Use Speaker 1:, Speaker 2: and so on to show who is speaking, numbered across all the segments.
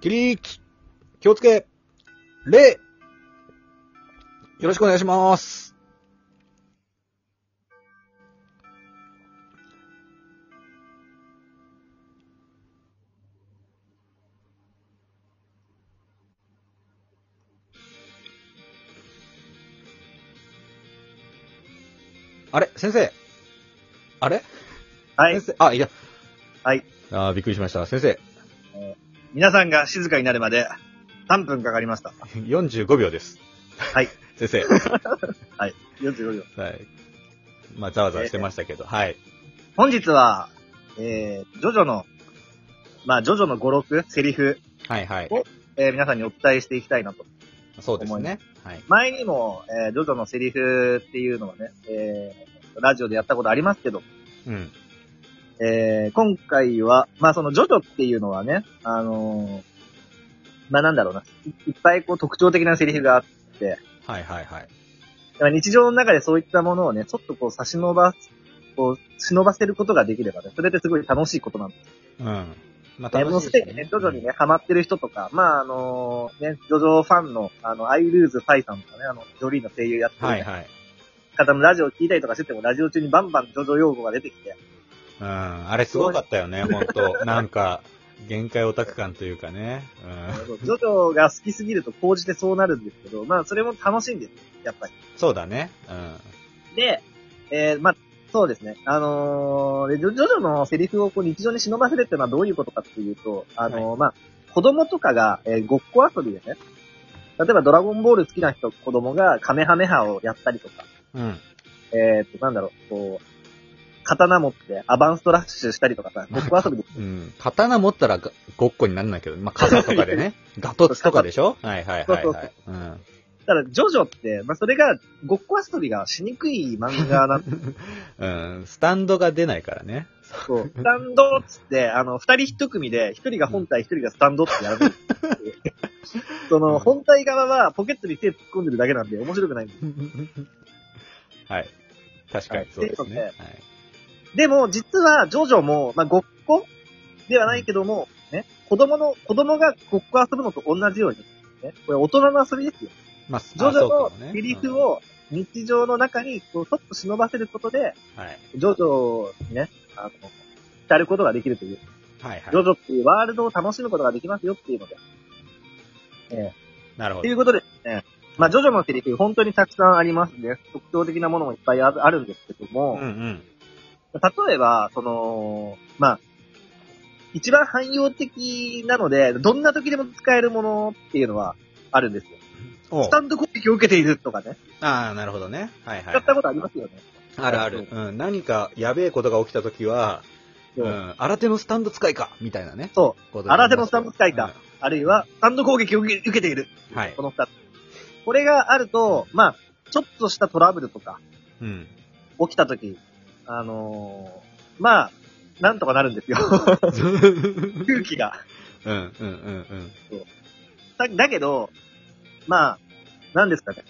Speaker 1: 起立気をつけ礼よろしくお願いしますあれ先生あれ、
Speaker 2: はい。
Speaker 1: 先生あ、いや。
Speaker 2: はい。
Speaker 1: あーびっくりしました。先生、
Speaker 2: 皆さんが静かになるまで3分かかりました。
Speaker 1: 45秒です。
Speaker 2: はい。
Speaker 1: 先生。
Speaker 2: 45秒。
Speaker 1: はい。まあ、ざわざわしてましたけど、はい。
Speaker 2: 本日は、えー、ジョジョの、まあ、ジョジョの5、6セリフ、
Speaker 1: はいはい。
Speaker 2: えー皆さんにお伝えしていきたいなと。
Speaker 1: そうですね。はい。
Speaker 2: 前にも、えー、ジョジョのセリフっていうのはね、えー、ラジオでやったことありますけど、
Speaker 1: うん。
Speaker 2: えー、今回は、まあ、そのジョジョっていうのはね、あのーまあ、なんだろうな。いいっぱいこう特徴的なセリフがあって、
Speaker 1: はいはいはい。
Speaker 2: まあ日常の中でそういったものをね、ちょっとこう差し伸ばす、こう、忍ばせることができればね、それってすごい楽しいことなんです
Speaker 1: うん。まあ、
Speaker 2: ね。もう
Speaker 1: 楽し
Speaker 2: す
Speaker 1: い
Speaker 2: で
Speaker 1: です
Speaker 2: に
Speaker 1: ね
Speaker 2: ね、徐々にね、ハマってる人とか、まああのね、ジョジョファンの、あの、アイルーズ・ファイさんとかね、あの、ジョリーの声優やって
Speaker 1: うんはい
Speaker 2: る
Speaker 1: はい。
Speaker 2: 方もラジオ聞いたりとかしてても、ラジオ中にバンバンジョジョ用語が出てきて、
Speaker 1: うん。あれすごかったよね、本当なんか、限界オタク感というかね。うん。
Speaker 2: ジョジョが好きすぎると、こうじてそうなるんですけど、まあそれも楽しいんです、やっぱり。
Speaker 1: そうだね。うん。
Speaker 2: で、えー、まあ、そうですね。あのーでジョジョジョのセリフをこう日常に忍ばせるってのはどういうことかっていうと、あのーまあ、子供とかが、えーごっこ遊びでね、例えばドラゴンボール好きな人、子供がカメハメハをやったりとか、
Speaker 1: うん。
Speaker 2: えー、と、なんだろう、こう、刀持ってアバンストラッシュしたりとかさ、ごっこ遊びで、
Speaker 1: うん。刀持ったらがごっこにならないけど、まあ、傘とかで ね。ガトツとかでしょはいはいはい
Speaker 2: そう
Speaker 1: は
Speaker 2: そ
Speaker 1: い。うん。
Speaker 2: ただ、ジョジョって、まあ、それが、ごっこ遊びがしにくい漫画なんだ
Speaker 1: うん。スタンドが出ないからね。
Speaker 2: けど、スタンドっつって、あの、二人一組で、一人が本体、一人がスタンドって やる。その、本体側はポケットに手突っ込んでるだけなんで面白くないんです。
Speaker 1: はい。確かにそうですね。は
Speaker 2: はい
Speaker 1: い。
Speaker 2: でも、実は、ジョジョも、まあ、ごっこではないけども、ね、子供の、子供がごっこ遊ぶのと同じように、ね、これ大人の遊びですよ。
Speaker 1: まあ、
Speaker 2: ジョジ
Speaker 1: あそうか
Speaker 2: ョ
Speaker 1: もね
Speaker 2: のセリ
Speaker 1: う
Speaker 2: フ
Speaker 1: ん
Speaker 2: を日常の中に、こう、ちょっと忍ばせることで、
Speaker 1: はい。
Speaker 2: ジョジョにね、あの、浸ることができるという。
Speaker 1: はいは
Speaker 2: ジョ
Speaker 1: い。
Speaker 2: ジョっていうワールドを楽しむことができますよっていうので。
Speaker 1: なるほ
Speaker 2: と
Speaker 1: ど
Speaker 2: い。うことで、ね、まあ、ジョジョのセリフ、本当にたくさんありますね。特徴的なものもいっぱいああるんですけども、
Speaker 1: うんうん。
Speaker 2: 例えば、その、まあ、一番汎用的なので、どんな時でも使えるものっていうのはあるんですよ。
Speaker 1: おう
Speaker 2: スタンド攻撃を受けているとかね。
Speaker 1: ああ、なるほどね。はいはい、
Speaker 2: 使
Speaker 1: はい
Speaker 2: ったことありますよね。
Speaker 1: あるある。うん。何かやべえことが起きたときは、う
Speaker 2: そう。
Speaker 1: ん。新手のスタンド使いかみたいなね。
Speaker 2: そう
Speaker 1: ことになります
Speaker 2: 新手のスタンド使いか。あるいは、スタンド攻撃を受け受けている。
Speaker 1: うんはい
Speaker 2: こ。の二つ。これがあると、まあ、ちょっとしたトラブルとか、
Speaker 1: うん。
Speaker 2: 起きた時、あのーまあ、なんとかなるんですよ。
Speaker 1: うん
Speaker 2: 空気が。
Speaker 1: うんうんうん。
Speaker 2: だだけど、まあ、なんですかね。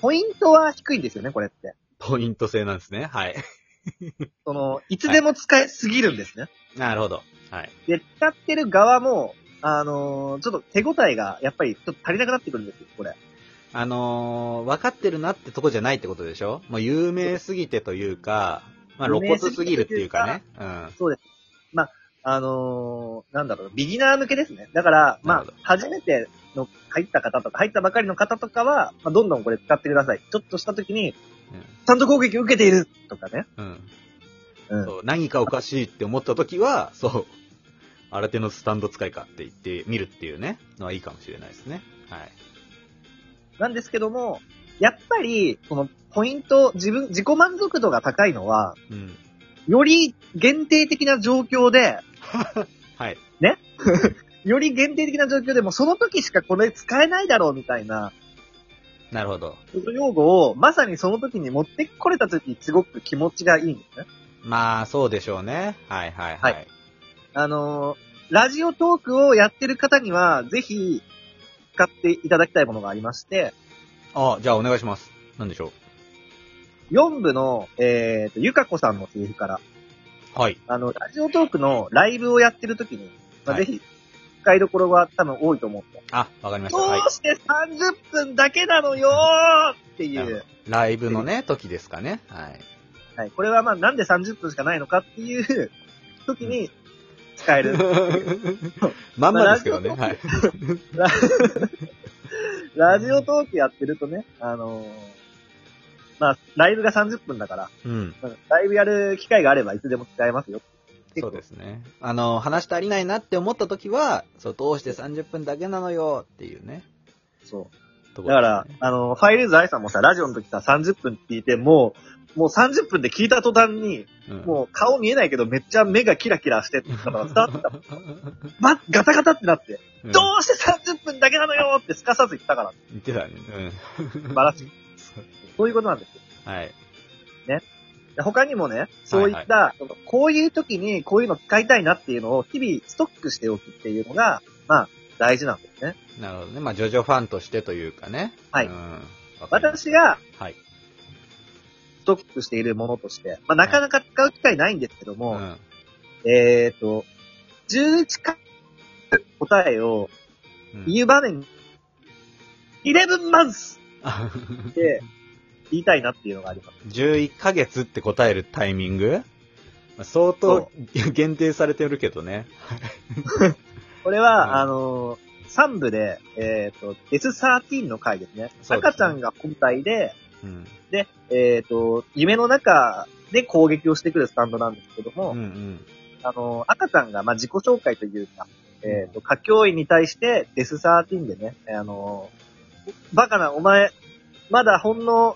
Speaker 2: ポイントは低いんですよね、これって。
Speaker 1: ポイント制なんですね。はい。
Speaker 2: その、いつでも使いすぎるんですね。
Speaker 1: なるほど。はい。
Speaker 2: で、使ってる側も、あのーちょっと手応えが、やっぱりちょっと足りなくなってくるんですよ、これ。
Speaker 1: あのー、分かってるなってとこじゃないってことでしょもう有名すぎてというか、まあ露骨すぎるっていうかね。うん。
Speaker 2: あのーなんだろう、ビギナー向けですね。だから、
Speaker 1: な
Speaker 2: ま
Speaker 1: るほ
Speaker 2: あ
Speaker 1: ど、
Speaker 2: 初めての入った方とか、入ったばかりの方とかは、まあ、どんどんこれ使ってください。ちょっとした時に、ちゃんと攻撃を受けているとかね。
Speaker 1: うん。うん
Speaker 2: うん。
Speaker 1: そう何かおかしいって思った時は、そう、新手のスタンド使いかって言ってみるっていうね、のはいいかもしれないですね。はい。
Speaker 2: なんですけども、やっぱり、このポイント、自分、自己満足度が高いのは、
Speaker 1: うん。
Speaker 2: より限定的な状況で、
Speaker 1: はい。
Speaker 2: より限定的な状況でもうその時しかこれ使えないだろうみたいな、
Speaker 1: なるほど。
Speaker 2: その用語をまさにその時に持ってこれた時すごく気持ちがいいんですね。
Speaker 1: まあ、そうでしょうね。はいはいはい。
Speaker 2: はあのーラジオトークをやってる方には、ぜひ、使っていただきたいものがありまして、
Speaker 1: あ、じゃあお願いします。なんでしょ
Speaker 2: 4部の、えーと、ゆかこさんのセリフから、
Speaker 1: う。はい。
Speaker 2: あの、ラジオトークのライブをやってる時に、まあ、
Speaker 1: はい
Speaker 2: ぜひ、使いどころは多分多いと思って。
Speaker 1: あ、わかりました。
Speaker 2: ど。
Speaker 1: はいう
Speaker 2: して30分だけなのよーってい
Speaker 1: なる
Speaker 2: う。
Speaker 1: ライブのね、時ですかね。はい。
Speaker 2: はい。これはまあなんで30分しかないのかっていう時に使える。
Speaker 1: まんまですけどね。はい。
Speaker 2: ララジオトークやってるとね、あのーまあ、ライブが30分だから、
Speaker 1: うん。
Speaker 2: ライブやる機会があればいつでも使えますよ。
Speaker 1: そうですね。あの、話足りないなって思った時は、そう、通して30分だけなのよっていうね。
Speaker 2: そ
Speaker 1: と
Speaker 2: う。
Speaker 1: こ
Speaker 2: だ
Speaker 1: ろ
Speaker 2: か
Speaker 1: です
Speaker 2: ら
Speaker 1: ね、
Speaker 2: あの、ファイルズ愛さんもさ、ラジオの時さ、30分聞いて、もう、もう30分で聞いた途端に、
Speaker 1: うん
Speaker 2: もう顔見えないけどめっちゃ目がキラキラしてたから伝わってた。ま、ガタガタってなって、
Speaker 1: うん
Speaker 2: どうして30分だけなのよってすかさず言ったから、
Speaker 1: 言ってたね。
Speaker 2: 素晴らしい。そういうことなんです。
Speaker 1: うん。はい。
Speaker 2: で他にもね、そういった、そのこういう時にこういうの使いたいなっていうのを日々ストックしておくっていうのが、まあ、大事なんですね。
Speaker 1: なるほどね。まあ、ジョジョファンとしてというかね。
Speaker 2: はい
Speaker 1: うん。わかります
Speaker 2: 私が
Speaker 1: はい。
Speaker 2: ストックしているものとして、まあ、なかなか使う機会ないんですけど
Speaker 1: う
Speaker 2: も、
Speaker 1: ん。
Speaker 2: えっ、と、11回答えを
Speaker 1: うん
Speaker 2: 言う場面、11マンス
Speaker 1: あ
Speaker 2: って言いたいなっていうのがあります。
Speaker 1: 11ヶ月って答えるタイミングまあ相当
Speaker 2: そ
Speaker 1: 限定されてるけどね。
Speaker 2: これは、
Speaker 1: うん
Speaker 2: あのー、3部で、えっ、と、S13 の回ですね。
Speaker 1: そうですね
Speaker 2: 赤ちゃんが本体で、
Speaker 1: うん。
Speaker 2: で、えっ、と、夢の中で攻撃をしてくるスタンドなんですけども、
Speaker 1: うんうん。
Speaker 2: あの、赤ちゃんが、まあ、自己紹介というか、えっ、と、歌教員に対して、デスサーティンでね、えーあの、バカな、お前、まだほんの、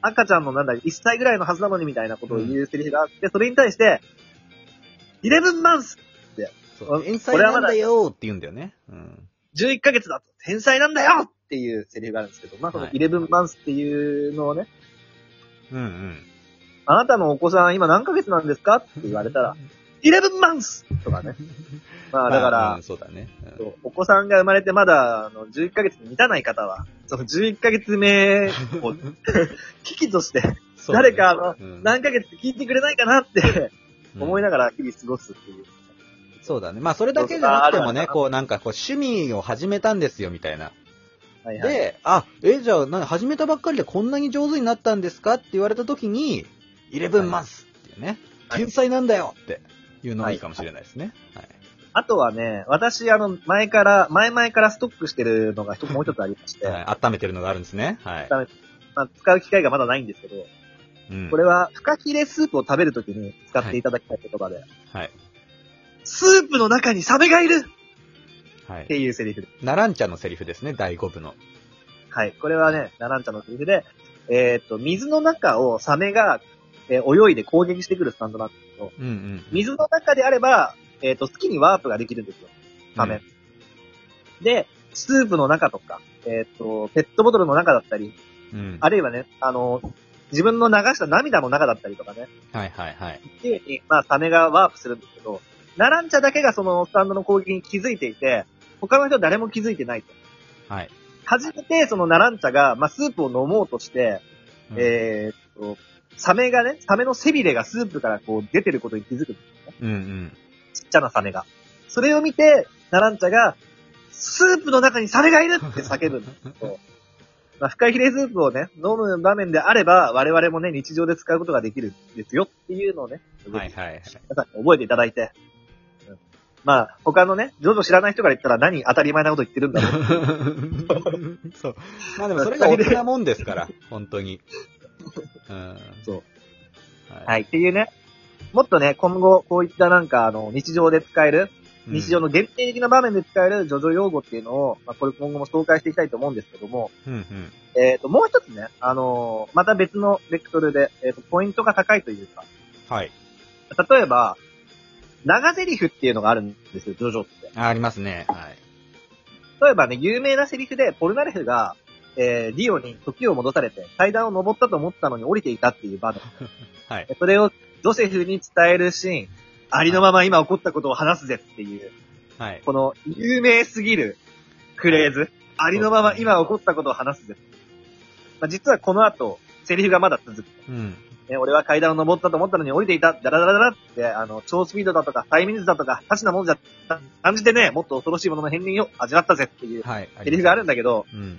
Speaker 2: 赤ちゃんのなんだ、1歳ぐらいのはずなのにみたいなことを言うセリフがあって、それに対して、11マンス
Speaker 1: そう。
Speaker 2: 俺
Speaker 1: 天才なんだよーって言うんだよね。うん。
Speaker 2: 11ヶ月だと天才なんだよっていうセリフがあるんですけど、まあ、その
Speaker 1: はい
Speaker 2: 11マンスっていうのをね、
Speaker 1: うんうん。
Speaker 2: あなたのお子さん今何ヶ月なんですかって言われたら、11マンスとかね。 まあだか
Speaker 1: まあ
Speaker 2: ら
Speaker 1: うん、そうだね。うん
Speaker 2: そうお子さんが生まれてまだあの11ヶ月に満たない方は、その11ヶ月目を 危機として、
Speaker 1: そうだね
Speaker 2: 誰かあの
Speaker 1: うん
Speaker 2: 何ヶ月聞いてくれないかなって
Speaker 1: うん
Speaker 2: 思いながら日々過ごすっていう。
Speaker 1: そうだね。まあ、それだけじゃなくても
Speaker 2: そうそうあるあ
Speaker 1: ね、
Speaker 2: る
Speaker 1: こう、なんか、こう、趣味を始めたんですよ、みたいな。
Speaker 2: はいはい。
Speaker 1: で、あ、え、じゃあ、な始めたばっかりでこんなに上手になったんですかって言われた時に、11マンスっていうね、
Speaker 2: はい
Speaker 1: 天才なんだよっていうのがいいかもしれないですね。はい。
Speaker 2: あとはね、私あの前から、前々からストックしてるのが一つもう一つありまして、
Speaker 1: はい温めてるのがあるんですね。はい。
Speaker 2: まあ、使う機会がまだないんですけど、
Speaker 1: うん
Speaker 2: これはフカヒレスープを食べるときに使っていただきたい言葉で、
Speaker 1: はい。
Speaker 2: スープの中にサメがいる
Speaker 1: は
Speaker 2: っ
Speaker 1: い。
Speaker 2: ていうセリフです。
Speaker 1: ナランチャのセリフですね、第5部の。
Speaker 2: はい。これはね、ナランチャのセリフで、えーっと、水の中をサメが、えー泳いで攻撃してくるスタンドなんですけど、
Speaker 1: うんうん。
Speaker 2: 水の中であれば、えーっと、好きにワープができるんですよ。サメ。
Speaker 1: うん
Speaker 2: で、スープの中とか、えーっと、ペットボトルの中だったり、
Speaker 1: うん。
Speaker 2: あるいはね、あの、自分の流した涙の中だったりとかね、
Speaker 1: はいはいはい。
Speaker 2: っていうふうに、まあ、サメがワープするんですけど、ナランチャだけがそのスタンドの攻撃に気づいていて、他の人は誰も気づいてないと。
Speaker 1: はい。
Speaker 2: 初めて、そのナランチャが、まあ、スープを飲もうとして、
Speaker 1: うん
Speaker 2: えーっと、サメがね、サメの背びれがスープからこう出てることに気づく。
Speaker 1: うんうん。
Speaker 2: ちっちゃなサメが。それを見て、ナランチャが、スープの中にサメがいるって叫ぶんですけど、まあ、深いヒレスープをね、飲む場面であれば、我々もね、日常で使うことができるんですよっていうのをね、
Speaker 1: はいはい はい。
Speaker 2: 皆さんに覚えていただいて、うんまあ、他のね、ジョジョ知らない人から言ったら何当たり前なこと言ってるんだろう。
Speaker 1: そう。まあでもそれが大人なもんですから、本当に。うん。
Speaker 2: そう。
Speaker 1: は。
Speaker 2: はいい、っていうね、もっとね、今後、こういったなんか、あの、日常で使える、日常
Speaker 1: の。
Speaker 2: の限定的な場面で使えるジョジョ用語っていうのを、まあ、これ今後も紹介していきたいと思うんですけども、
Speaker 1: うんうん。
Speaker 2: えっ、と、もう一つね、あのーまた別のベクトルで、えっ、と、ポイントが高いというか、
Speaker 1: はい。
Speaker 2: 例えば、長台詞っていうのがあるんですよ、ジョジョって。
Speaker 1: あありますね。はい。
Speaker 2: 例えばね、有名なセリフで、ポルナレフが、えー、ディオに時を戻されて、階段を登ったと思ったのに降りていたっていう場面。
Speaker 1: はい。
Speaker 2: それをジョセフに伝えるシーン、ありのまま今起こったことを話すぜっていう、
Speaker 1: はい。
Speaker 2: この有名すぎるフレーズ。ありのまま今起こったことを話すぜ。まあ、実はこの後、セリフがまだ続く。
Speaker 1: うん。
Speaker 2: ね、俺は階段を登ったと思ったのに降りていた、ダラダラダラって、あの、超スピードだとか、タイミングだとか、価値なものじゃ、感じてね、もっと恐ろしいものの片鱗を味わったぜっていう、
Speaker 1: はい。
Speaker 2: セリフがあるんだけど、
Speaker 1: うん。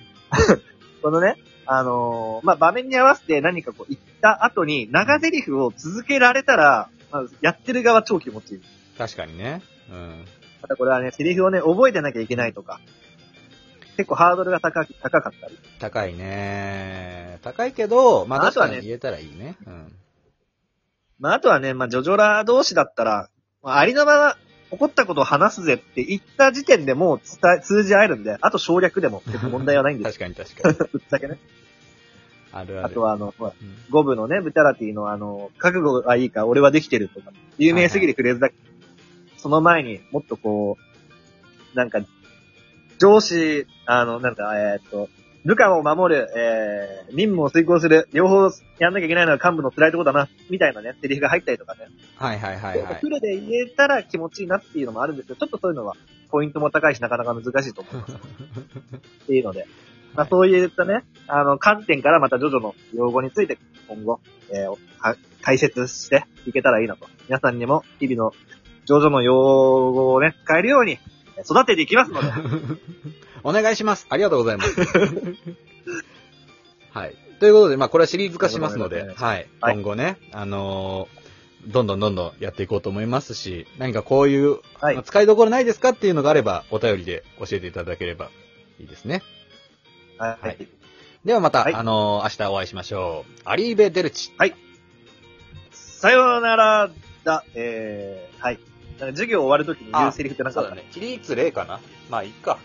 Speaker 2: このね、あのーまあ、場面に合わせて何かこう言った後に長台詞を続けられたら、まあやってる側超気持ちいい。
Speaker 1: 確かにね。うん。
Speaker 2: またこれはね、セリフをね、覚えてなきゃいけないとか、結構ハードルが高き高かったり。
Speaker 1: 高いね。高いけど、まあ、
Speaker 2: あ
Speaker 1: 確
Speaker 2: とは
Speaker 1: か
Speaker 2: ね
Speaker 1: に言えたらいいね。うん。
Speaker 2: まあ、あとはね、まあ、ジョジョラ同士だったら、まあ、ありのまま起こったことを話すぜって言った時点でもう伝え、通じ合えるんで、あと省略でも結構問題はないんです
Speaker 1: 確かに確かに。
Speaker 2: よ、ぶっちゃけね。
Speaker 1: あるある。
Speaker 2: あとはあの、ほら
Speaker 1: うん、
Speaker 2: ゴブのね、ブタラティのあの、覚悟がいいか、俺はできてるとか、有名すぎるフレーズだけど、その前にもっとこう、なんか、上司、あの、なんか、えーっと、部下を守る、えー、任務を遂行する、両方やんなきゃいけないのは幹部の辛いとこだな、みたいなね、セリフが入ったりとかね。
Speaker 1: はいはいはい はい
Speaker 2: フ。ルで言えたら気持ちいいなっていうのもあるんですけど、ちょっとそういうのは、ポイントも高いし、なかなか難しいと思います。っていうので、まあ、
Speaker 1: はい
Speaker 2: そういったね、あの、観点からまたジョジョの用語について今後、えーは解説していけたらいいなと。皆さんにも日々のジョジョの用語をね、使えるようにえー育てていきます ので、
Speaker 1: お願いします。ありがとうございます。 はい。ということで、まあ、これはシリーズ化しますの
Speaker 2: あ
Speaker 1: で、
Speaker 2: りがとう
Speaker 1: はい。
Speaker 2: はい
Speaker 1: 今後ね、あのーどんどんどんどんやっていこうと思いますし、何かこういう、
Speaker 2: はい
Speaker 1: まあ使いどころないですかっていうのがあれば、お便りで教えていただければいいですね。
Speaker 2: はい。
Speaker 1: はいではまた、
Speaker 2: はい
Speaker 1: あのー明日お会いしましょう。アリーベ・デルチ。
Speaker 2: さようならだ、えー、はい。なんか授業終わるときに言うセリフってなか
Speaker 1: そ
Speaker 2: っ
Speaker 1: う
Speaker 2: た
Speaker 1: だね。キリーツ・レイかなまあ、いいか。